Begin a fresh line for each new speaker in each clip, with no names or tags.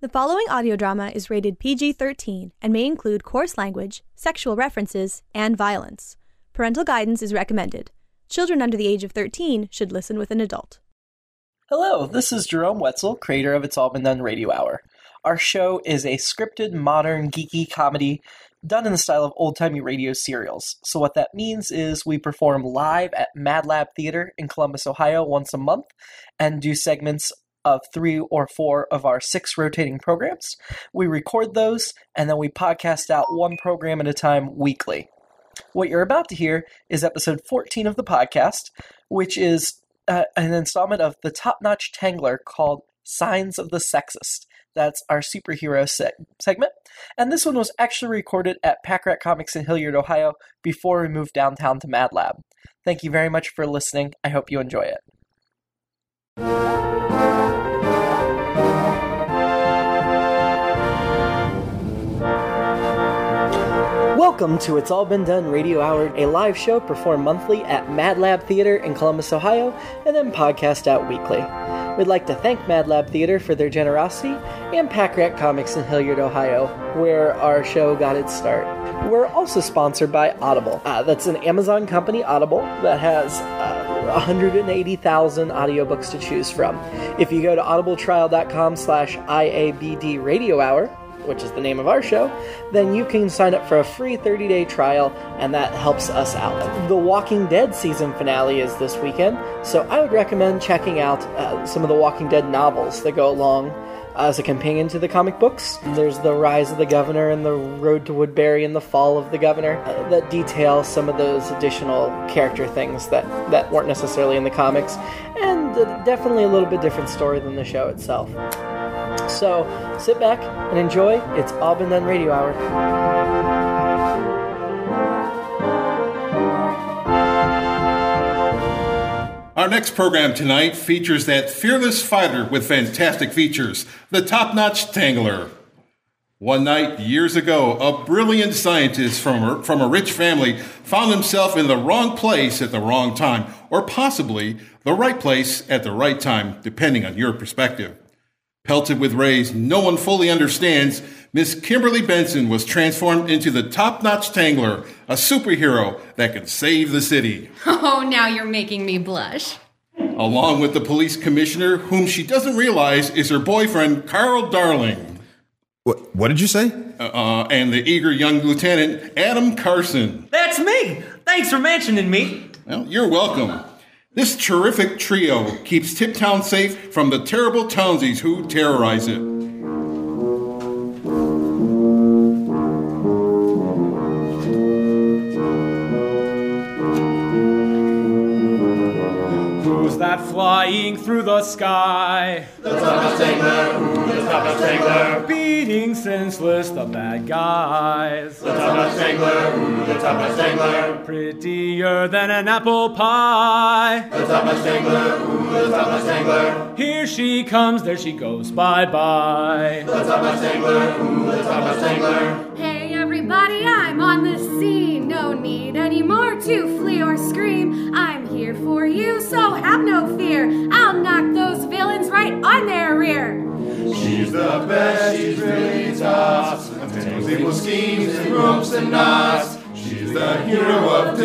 The following audio drama is rated PG 13 and may include coarse language, sexual references, and violence. Parental guidance is recommended. Children under the age of 13 should listen with an adult.
Hello, this is Jerome Wetzel, creator of It's All Been Done Radio Hour. Our show is a scripted, modern, geeky comedy done in the style of old timey radio serials. So, what that means is we perform live at Mad Lab Theater in Columbus, Ohio once a month and do segments of three or four of our six rotating programs. We record those and then we podcast out one program at a time weekly. What you're about to hear is episode 14 of the podcast, which is uh, an installment of the top notch Tangler called Signs of the Sexist. That's our superhero se- segment. And this one was actually recorded at Pack Rat Comics in Hilliard, Ohio, before we moved downtown to Mad Lab. Thank you very much for listening. I hope you enjoy it. Welcome to It's All Been Done Radio Hour, a live show performed monthly at Mad Lab Theater in Columbus, Ohio, and then podcast out weekly. We'd like to thank Mad Lab Theater for their generosity and Pack Rat Comics in Hilliard, Ohio, where our show got its start. We're also sponsored by Audible. Uh, that's an Amazon company, Audible, that has uh, 180,000 audiobooks to choose from. If you go to audibletrial.com slash IABD Radio Hour, which is the name of our show, then you can sign up for a free 30 day trial, and that helps us out. The Walking Dead season finale is this weekend, so I would recommend checking out uh, some of the Walking Dead novels that go along as a companion to the comic books. There's The Rise of the Governor and The Road to Woodbury and The Fall of the Governor uh, that detail some of those additional character things that, that weren't necessarily in the comics, and uh, definitely a little bit different story than the show itself. So sit back and enjoy. It's All Been Done Radio Hour.
Our next program tonight features that fearless fighter with fantastic features, the top notch Tangler. One night, years ago, a brilliant scientist from a, from a rich family found himself in the wrong place at the wrong time, or possibly the right place at the right time, depending on your perspective. Pelted with rays no one fully understands, Miss Kimberly Benson was transformed into the top notch Tangler, a superhero that can save the city.
Oh, now you're making me blush.
along with the police commissioner, whom she doesn't realize is her boyfriend, Carl Darling,
What, what did you say?
uh, and the eager young lieutenant, Adam Carson.
That's me! Thanks for mentioning me.
Well, you're welcome. This terrific trio keeps Tiptown safe from the terrible Townsies who terrorize it.
Who's that flying through the sky? The Thomas Tangler, who the Thomas Tangler. Beating senseless the bad guys. The Thomas Tangler, who the Thomas Tangler. Prettier than an apple pie. The Thomas Tangler, who the Thomas Tangler. Here she comes, there she goes, bye bye.
Hey, everybody, I'm on the scene. No need anymore to flee or scream. I'm here for you, so have no fear. I'll knock those villains right on their rear.
Uh,
I'm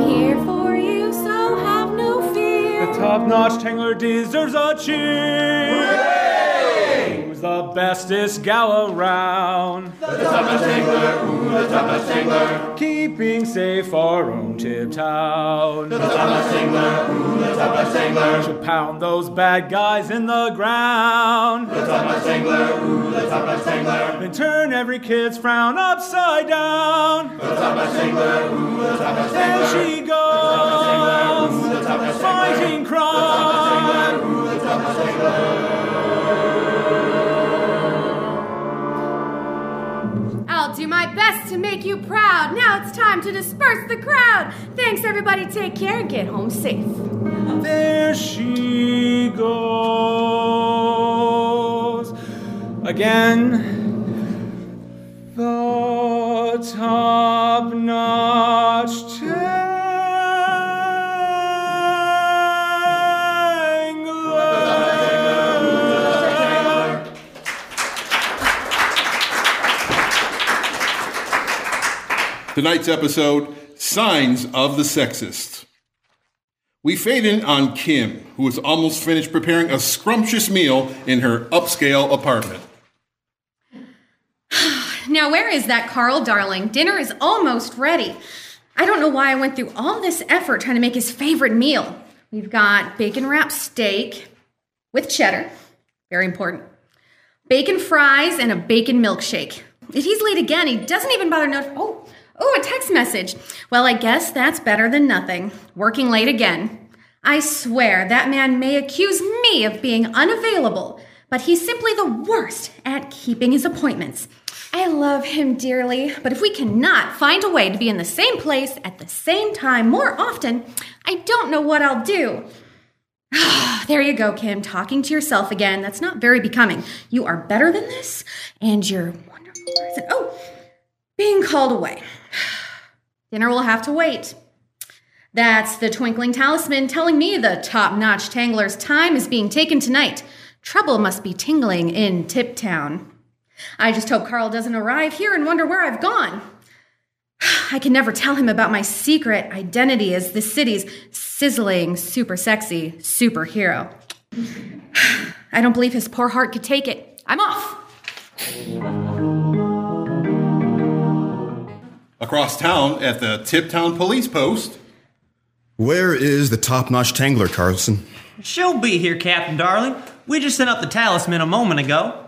here for you, so have no
The
fear.
top notch Tangler deserves a cheer. Who's the bestest gal around? keeping safe our own Tip Town. The Thomas Tangler, ooh, the Thomas Tangler. To pound those bad guys in the ground. The Thomas Tangler, ooh, the Thomas Tangler. Then turn every kid's frown upside down. The Thomas Tangler, ooh, the Thomas Tangler. There she goes. The Thomas Tangler, fighting crime.
I'll do my best to make you proud. Now it's time to disperse the crowd. Thanks, everybody. Take care and get home safe.
There she goes again. The top-notch tangler.
Tonight's episode Signs of the Sexist. We fade in on Kim, who is almost finished preparing a scrumptious meal in her upscale apartment.
Now, where is that Carl, darling? Dinner is almost ready. I don't know why I went through all this effort trying to make his favorite meal. We've got bacon wrap steak with cheddar, very important, bacon fries, and a bacon milkshake. If he's late again, he doesn't even bother notif- Oh, oh, a text message. Well, I guess that's better than nothing. Working late again. I swear that man may accuse me of being unavailable, but he's simply the worst at keeping his appointments. I love him dearly, but if we cannot find a way to be in the same place at the same time more often, I don't know what I'll do. there you go, Kim, talking to yourself again. That's not very becoming. You are better than this, and you're wonderful. person. Oh, being called away. Dinner will have to wait. That's the twinkling talisman telling me the top notch tangler's time is being taken tonight. Trouble must be tingling in Tip Town. I just hope Carl doesn't arrive here and wonder where I've gone. I can never tell him about my secret identity as the city's sizzling, super sexy superhero. I don't believe his poor heart could take it. I'm off!
Across town at the Tiptown Police Post,
Where is the top notch tangler, Carlson?
She'll be here, Captain Darling. We just sent out the talisman a moment ago.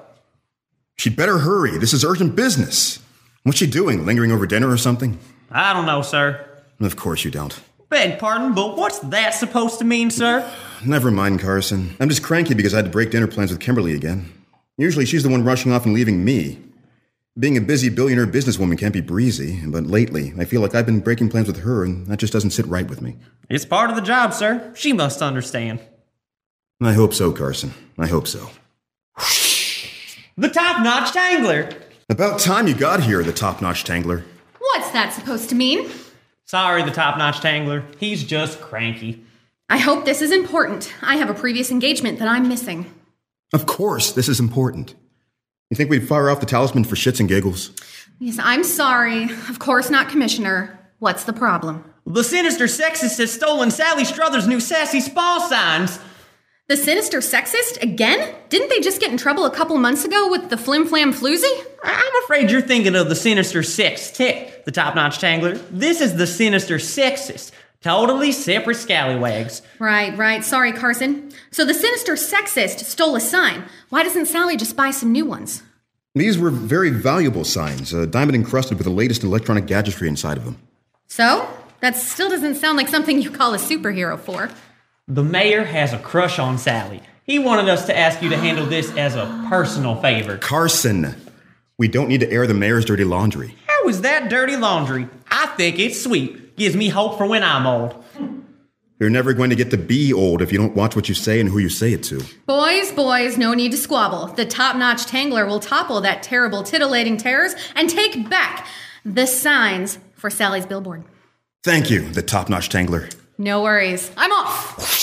She'd better hurry. This is urgent business. What's she doing? Lingering over dinner or something?
I don't know, sir.
Of course you don't.
Beg pardon, but what's that supposed to mean, sir?
Never mind, Carson. I'm just cranky because I had to break dinner plans with Kimberly again. Usually she's the one rushing off and leaving me. Being a busy billionaire businesswoman can't be breezy, but lately I feel like I've been breaking plans with her and that just doesn't sit right with me.
It's part of the job, sir. She must understand.
I hope so, Carson. I hope so.
The top notch tangler.
About time you got here, the top notch tangler.
What's that supposed to mean?
Sorry, the top notch tangler. He's just cranky.
I hope this is important. I have a previous engagement that I'm missing.
Of course, this is important. You think we'd fire off the talisman for shits and giggles?
Yes, I'm sorry. Of course not, Commissioner. What's the problem?
The sinister sexist has stolen Sally Struthers' new sassy spall signs.
The sinister sexist again? Didn't they just get in trouble a couple months ago with the flim flam floozy?
I- I'm afraid you're thinking of the Sinister Six tick, the top notch tangler. This is the Sinister Sexist. Totally separate scallywags.
Right, right. Sorry, Carson. So the sinister sexist stole a sign. Why doesn't Sally just buy some new ones?
These were very valuable signs, uh, diamond encrusted with the latest electronic gadgetry inside of them.
So? That still doesn't sound like something you call a superhero for.
The mayor has a crush on Sally. He wanted us to ask you to handle this as a personal favor.
Carson, we don't need to air the mayor's dirty laundry.
How is that dirty laundry? I think it's sweet. Gives me hope for when I'm old.
You're never going to get to be old if you don't watch what you say and who you say it to.
Boys, boys, no need to squabble. The top notch tangler will topple that terrible titillating terrors and take back the signs for Sally's billboard.
Thank you, the top notch tangler.
No worries. I'm off.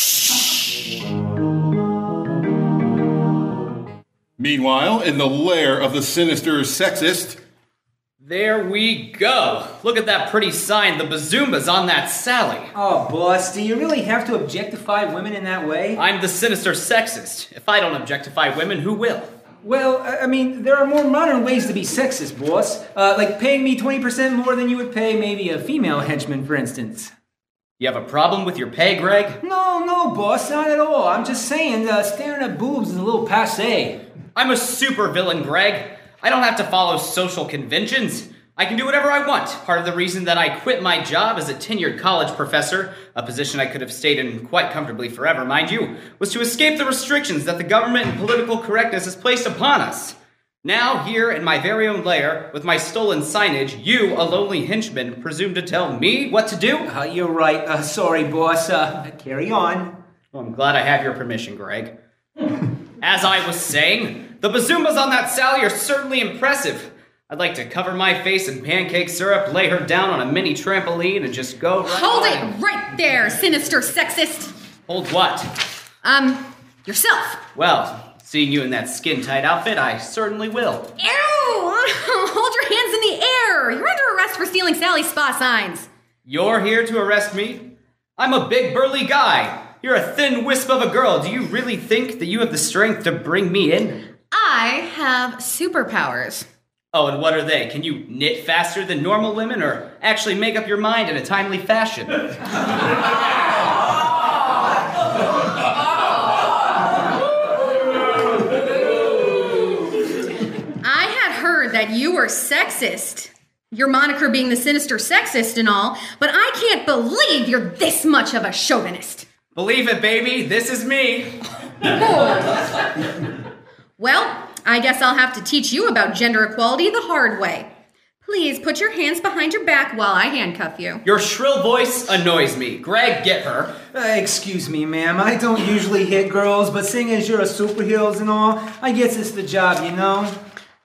meanwhile, in the lair of the sinister sexist,
There we go. Look at that pretty sign. The bazooma's on that Sally.
Oh, boss, do you really have to objectify women in that way?
I'm the sinister sexist. If I don't objectify women, who will?
well, I I mean, there are more modern ways to be sexist, boss. Uh, like paying me 20% more than you would pay maybe a female henchman, for instance.
You have a problem with your pay, Greg?
No, no, boss, not at all. I'm just saying, uh, staring at boobs is a little passe.
I'm a super villain, Greg. I don't have to follow social conventions. I can do whatever I want. Part of the reason that I quit my job as a tenured college professor, a position I could have stayed in quite comfortably forever, mind you, was to escape the restrictions that the government and political correctness has placed upon us. Now, here in my very own lair, with my stolen signage, you, a lonely henchman, presume to tell me what to do?
Uh, you're right. Uh, sorry, boss. Uh, carry on.
Well, I'm glad I have your permission, Greg. As I was saying, the bazoomas on that Sally are certainly impressive. I'd like to cover my face in pancake syrup, lay her down on a mini trampoline, and just go. Right
Hold
by.
it right there, sinister sexist.
Hold what?
Um, yourself.
Well, seeing you in that skin tight outfit, I certainly will.
Ew! Hold your hands in the air. You're under arrest for stealing Sally's spa signs.
You're here to arrest me? I'm a big burly guy. You're a thin wisp of a girl. Do you really think that you have the strength to bring me in?
I have superpowers.
Oh, and what are they? Can you knit faster than normal women or actually make up your mind in a timely fashion?
I had heard that you were sexist. Your moniker being the sinister sexist and all, but I can't believe you're this much of a chauvinist.
Believe it, baby, this is me.
Well, I guess I'll have to teach you about gender equality the hard way. Please put your hands behind your back while I handcuff you.
Your shrill voice annoys me. Greg, get her.
Uh, excuse me, ma'am. I don't usually hit girls, but seeing as you're a superheroes and all, I guess it's the job, you know?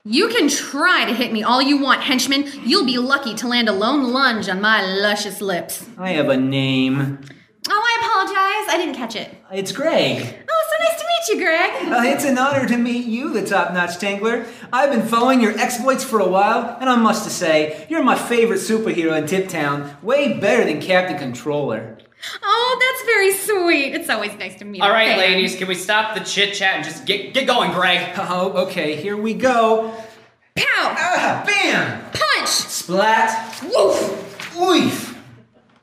You can try to hit me all you want, henchman. You'll be lucky to land a lone lunge on my luscious lips.
I have a name.
Oh, I apologize. I didn't catch it.
It's Greg.
Oh, so nice to meet you, Greg.
Uh, it's an honor to meet you, the top notch tangler. I've been following your exploits for a while, and I must say, you're my favorite superhero in Tip Town. Way better than Captain Controller.
Oh, that's very sweet. It's always nice to meet
All
a
right,
fan.
ladies, can we stop the chit chat and just get get going, Greg?
Oh, okay, here we go.
Pow!
Ah, bam!
Punch!
Splat!
Woof!
Oof!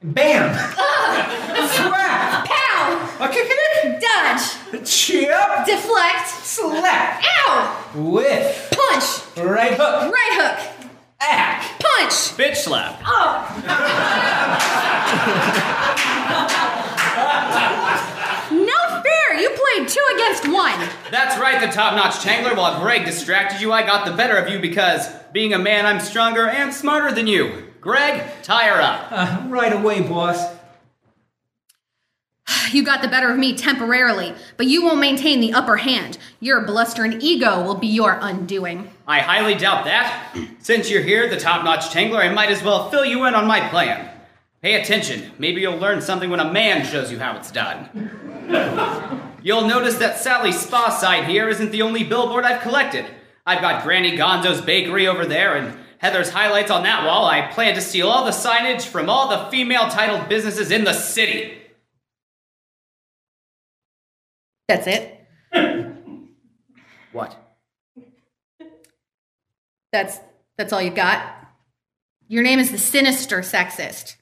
Bam!
Ah!
Slap!
Pow!
Okay,
Dodge!
Chip!
Deflect!
Slap!
Ow!
Whiff!
Punch!
Right hook!
Right hook!
Ack!
Punch! Oh!
Bitch slap.
No fair! You played two against one!
That's right, the top notch tangler. While Greg distracted you, I got the better of you because, being a man, I'm stronger and smarter than you. Greg, tie her up.
Uh, right away, boss.
You got the better of me temporarily, but you won't maintain the upper hand. Your blustering ego will be your undoing.
I highly doubt that. Since you're here, the top notch tangler, I might as well fill you in on my plan. Pay attention. Maybe you'll learn something when a man shows you how it's done. you'll notice that Sally's spa side here isn't the only billboard I've collected. I've got Granny Gonzo's bakery over there and Heather's highlights on that wall. I plan to steal all the signage from all the female titled businesses in the city.
That's it.
What?
That's that's all you got. Your name is the sinister sexist.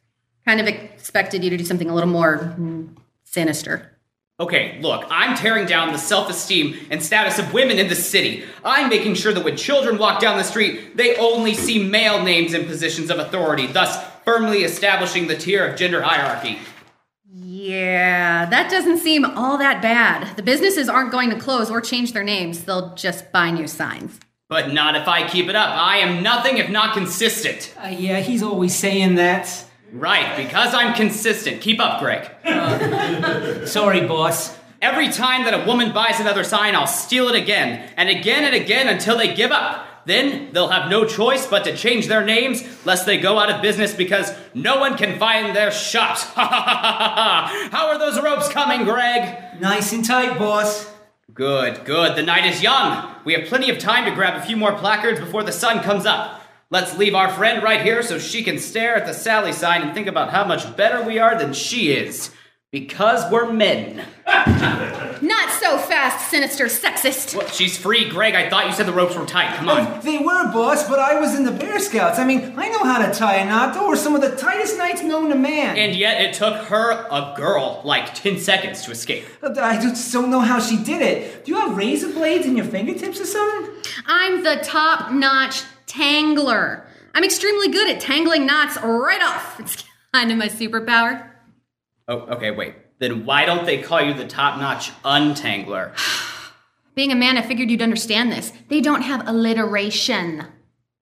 Kind of expected you to do something a little more mm, sinister.
Okay, look, I'm tearing down the self esteem and status of women in the city. I'm making sure that when children walk down the street, they only see male names in positions of authority, thus firmly establishing the tier of gender hierarchy.
Yeah, that doesn't seem all that bad. The businesses aren't going to close or change their names. They'll just buy new signs.
But not if I keep it up. I am nothing if not consistent.
Uh, yeah, he's always saying that.
Right, because I'm consistent. Keep up, Greg.
Sorry, boss.
Every time that a woman buys another sign, I'll steal it again, and again and again until they give up. Then they'll have no choice but to change their names, lest they go out of business because no one can find their shops. Ha ha ha ha ha! How are those ropes coming, Greg?
Nice and tight, boss.
Good, good. The night is young. We have plenty of time to grab a few more placards before the sun comes up. Let's leave our friend right here so she can stare at the Sally sign and think about how much better we are than she is. Because we're men.
Not so fast, sinister sexist.
What? She's free, Greg. I thought you said the ropes were tight. Come on.
They were, boss, but I was in the Bear Scouts. I mean, I know how to tie a knot. Those were some of the tightest nights known to man.
And yet, it took her, a girl, like 10 seconds to escape.
I just don't know how she did it. Do you have razor blades in your fingertips or something?
I'm the top notch tangler. I'm extremely good at tangling knots right off. It's kind of my superpower.
Oh, okay, wait. Then why don't they call you the top notch untangler?
Being a man, I figured you'd understand this. They don't have alliteration.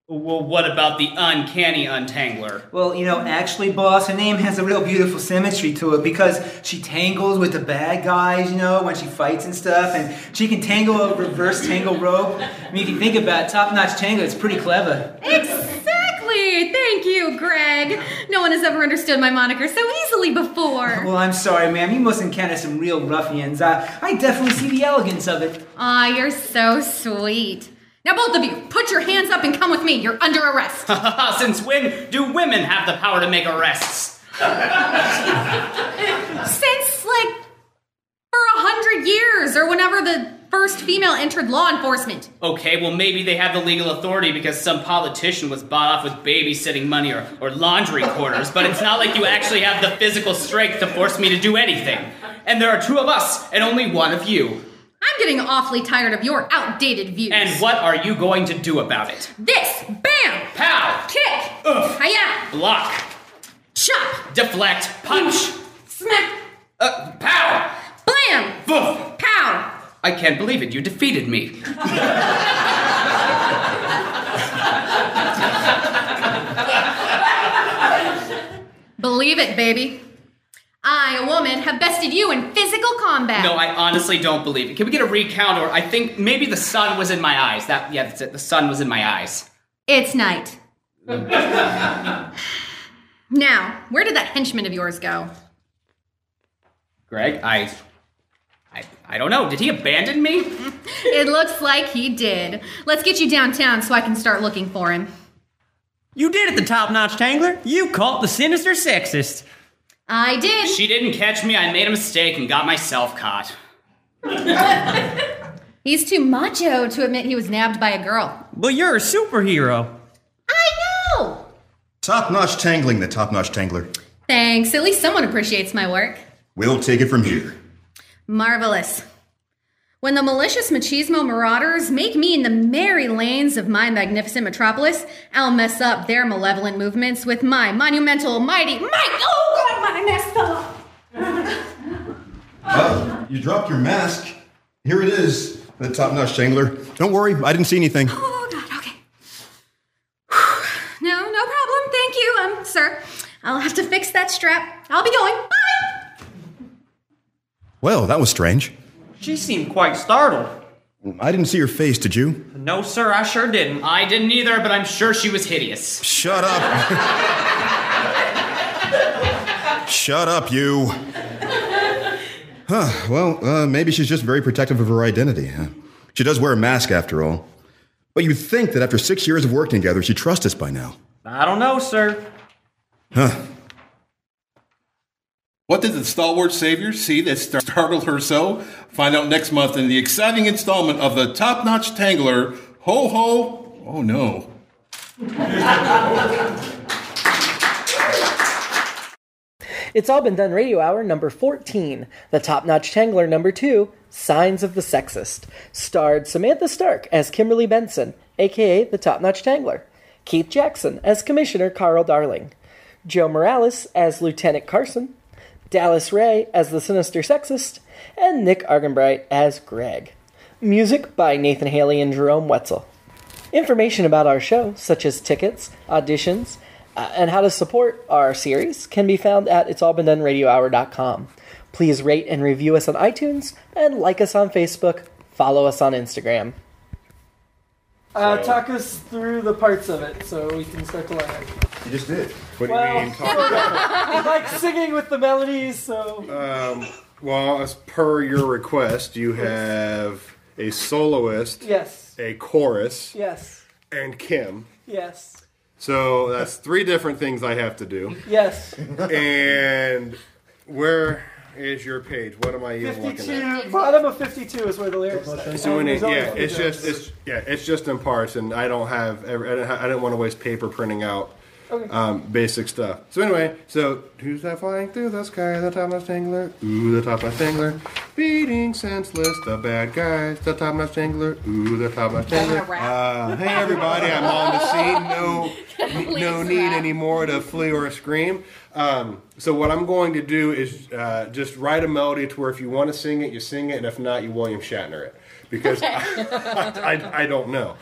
Well, what about the uncanny untangler?
Well, you know, actually, boss, her name has a real beautiful symmetry to it because she tangles with the bad guys, you know, when she fights and stuff, and she can tangle a reverse tangle rope. I mean, if you think about it, top notch tangle, it's pretty clever.
Exactly! Thank you, Greg. No one has ever understood my moniker so easily before.
Well, I'm sorry, ma'am, you must encounter some real ruffians. I, I definitely see the elegance of it.
Aw, you're so sweet. Now, both of you, put your hands up and come with me. You're under arrest.
Since when do women have the power to make arrests?
Since, like, for a hundred years or whenever the first female entered law enforcement.
Okay, well, maybe they have the legal authority because some politician was bought off with babysitting money or, or laundry quarters, but it's not like you actually have the physical strength to force me to do anything. And there are two of us, and only one of you.
I'm getting awfully tired of your outdated views.
And what are you going to do about it?
This! Bam!
Pow!
Kick!
Ugh.
Hiya!
Block!
Chop!
Deflect! Punch!
Smack!
Uh, pow!
Blam!
Boof!
Pow!
I can't believe it, you defeated me.
Believe it, baby. I, a woman, have bested you in physical combat.
No, I honestly don't believe it. Can we get a recount? Or I think maybe the sun was in my eyes. That yeah, that's it. The sun was in my eyes.
It's night. now, where did that henchman of yours go?
Greg, I, I, I don't know. Did he abandon me?
It looks like he did. Let's get you downtown so I can start looking for him.
You did it, the top notch tangler. You caught the sinister sexist.
I did.
She didn't catch me. I made a mistake and got myself caught.
He's too macho to admit he was nabbed by a girl.
But you're a superhero.
I know!
Top notch tangling, the top notch tangler.
Thanks. At least someone appreciates my work.
We'll take it from here.
Marvelous. When the malicious machismo marauders make me in the merry lanes of my magnificent metropolis, I'll mess up their malevolent movements with my monumental, mighty, might. Oh God, my messed up.
Oh, you dropped your mask. Here it is, the top notch tangler. Don't worry, I didn't see anything.
Oh God. Okay. No, no problem. Thank you, um, sir. I'll have to fix that strap. I'll be going. Bye.
Well, that was strange.
She seemed quite startled.
I didn't see your face, did you?
No, sir, I sure didn't.
I didn't either, but I'm sure she was hideous.
Shut up. Shut up, you. Huh, well, uh, maybe she's just very protective of her identity. Huh? She does wear a mask, after all. But you'd think that after six years of working together, she'd trust us by now.
I don't know, sir.
Huh.
What did the stalwart savior see that star- startled her so? Find out next month in the exciting installment of the top notch tangler, Ho Ho, oh no.
It's All Been Done Radio Hour number 14, the top notch tangler number 2, Signs of the Sexist. Starred Samantha Stark as Kimberly Benson, aka the top notch tangler, Keith Jackson as Commissioner Carl Darling, Joe Morales as Lieutenant Carson, Dallas Ray as the sinister sexist, and Nick Argenbright as Greg. Music by Nathan Haley and Jerome Wetzel. Information about our show, such as tickets, auditions, uh, and how to support our series, can be found at it'sallbeendoneradiohour.com. Please rate and review us on iTunes, and like us on Facebook, follow us on Instagram. Uh, talk us through the parts of it so we can start to learn it.
You just did.
What
Well-
do you mean? Talk
like singing with the melodies, so.
Uh, um, well, as per your request, you have a soloist,
yes,
a chorus,
yes,
and Kim.
yes,
So that's three different things I have to do.
yes.
And where is your page? What am I even looking at?
52, bottom of 52 is where the lyrics are.
So when it, yeah, it's just it's yeah, it's just in parts, and I don't have every, I didn't, ha- I didn't want to waste paper printing out um, basic stuff. So anyway, so who's that flying through the sky? The top notch tangler, ooh, the top notch tangler, beating senseless the bad guys. The top notch tangler, ooh, the top notch tangler. Uh, hey everybody, I'm on the scene. No, no
Please
need
rap.
anymore to flee or scream. Um, so what I'm going to do is uh, just write a melody to where if you want to sing it, you sing it, and if not, you William Shatner it because I, I don't know.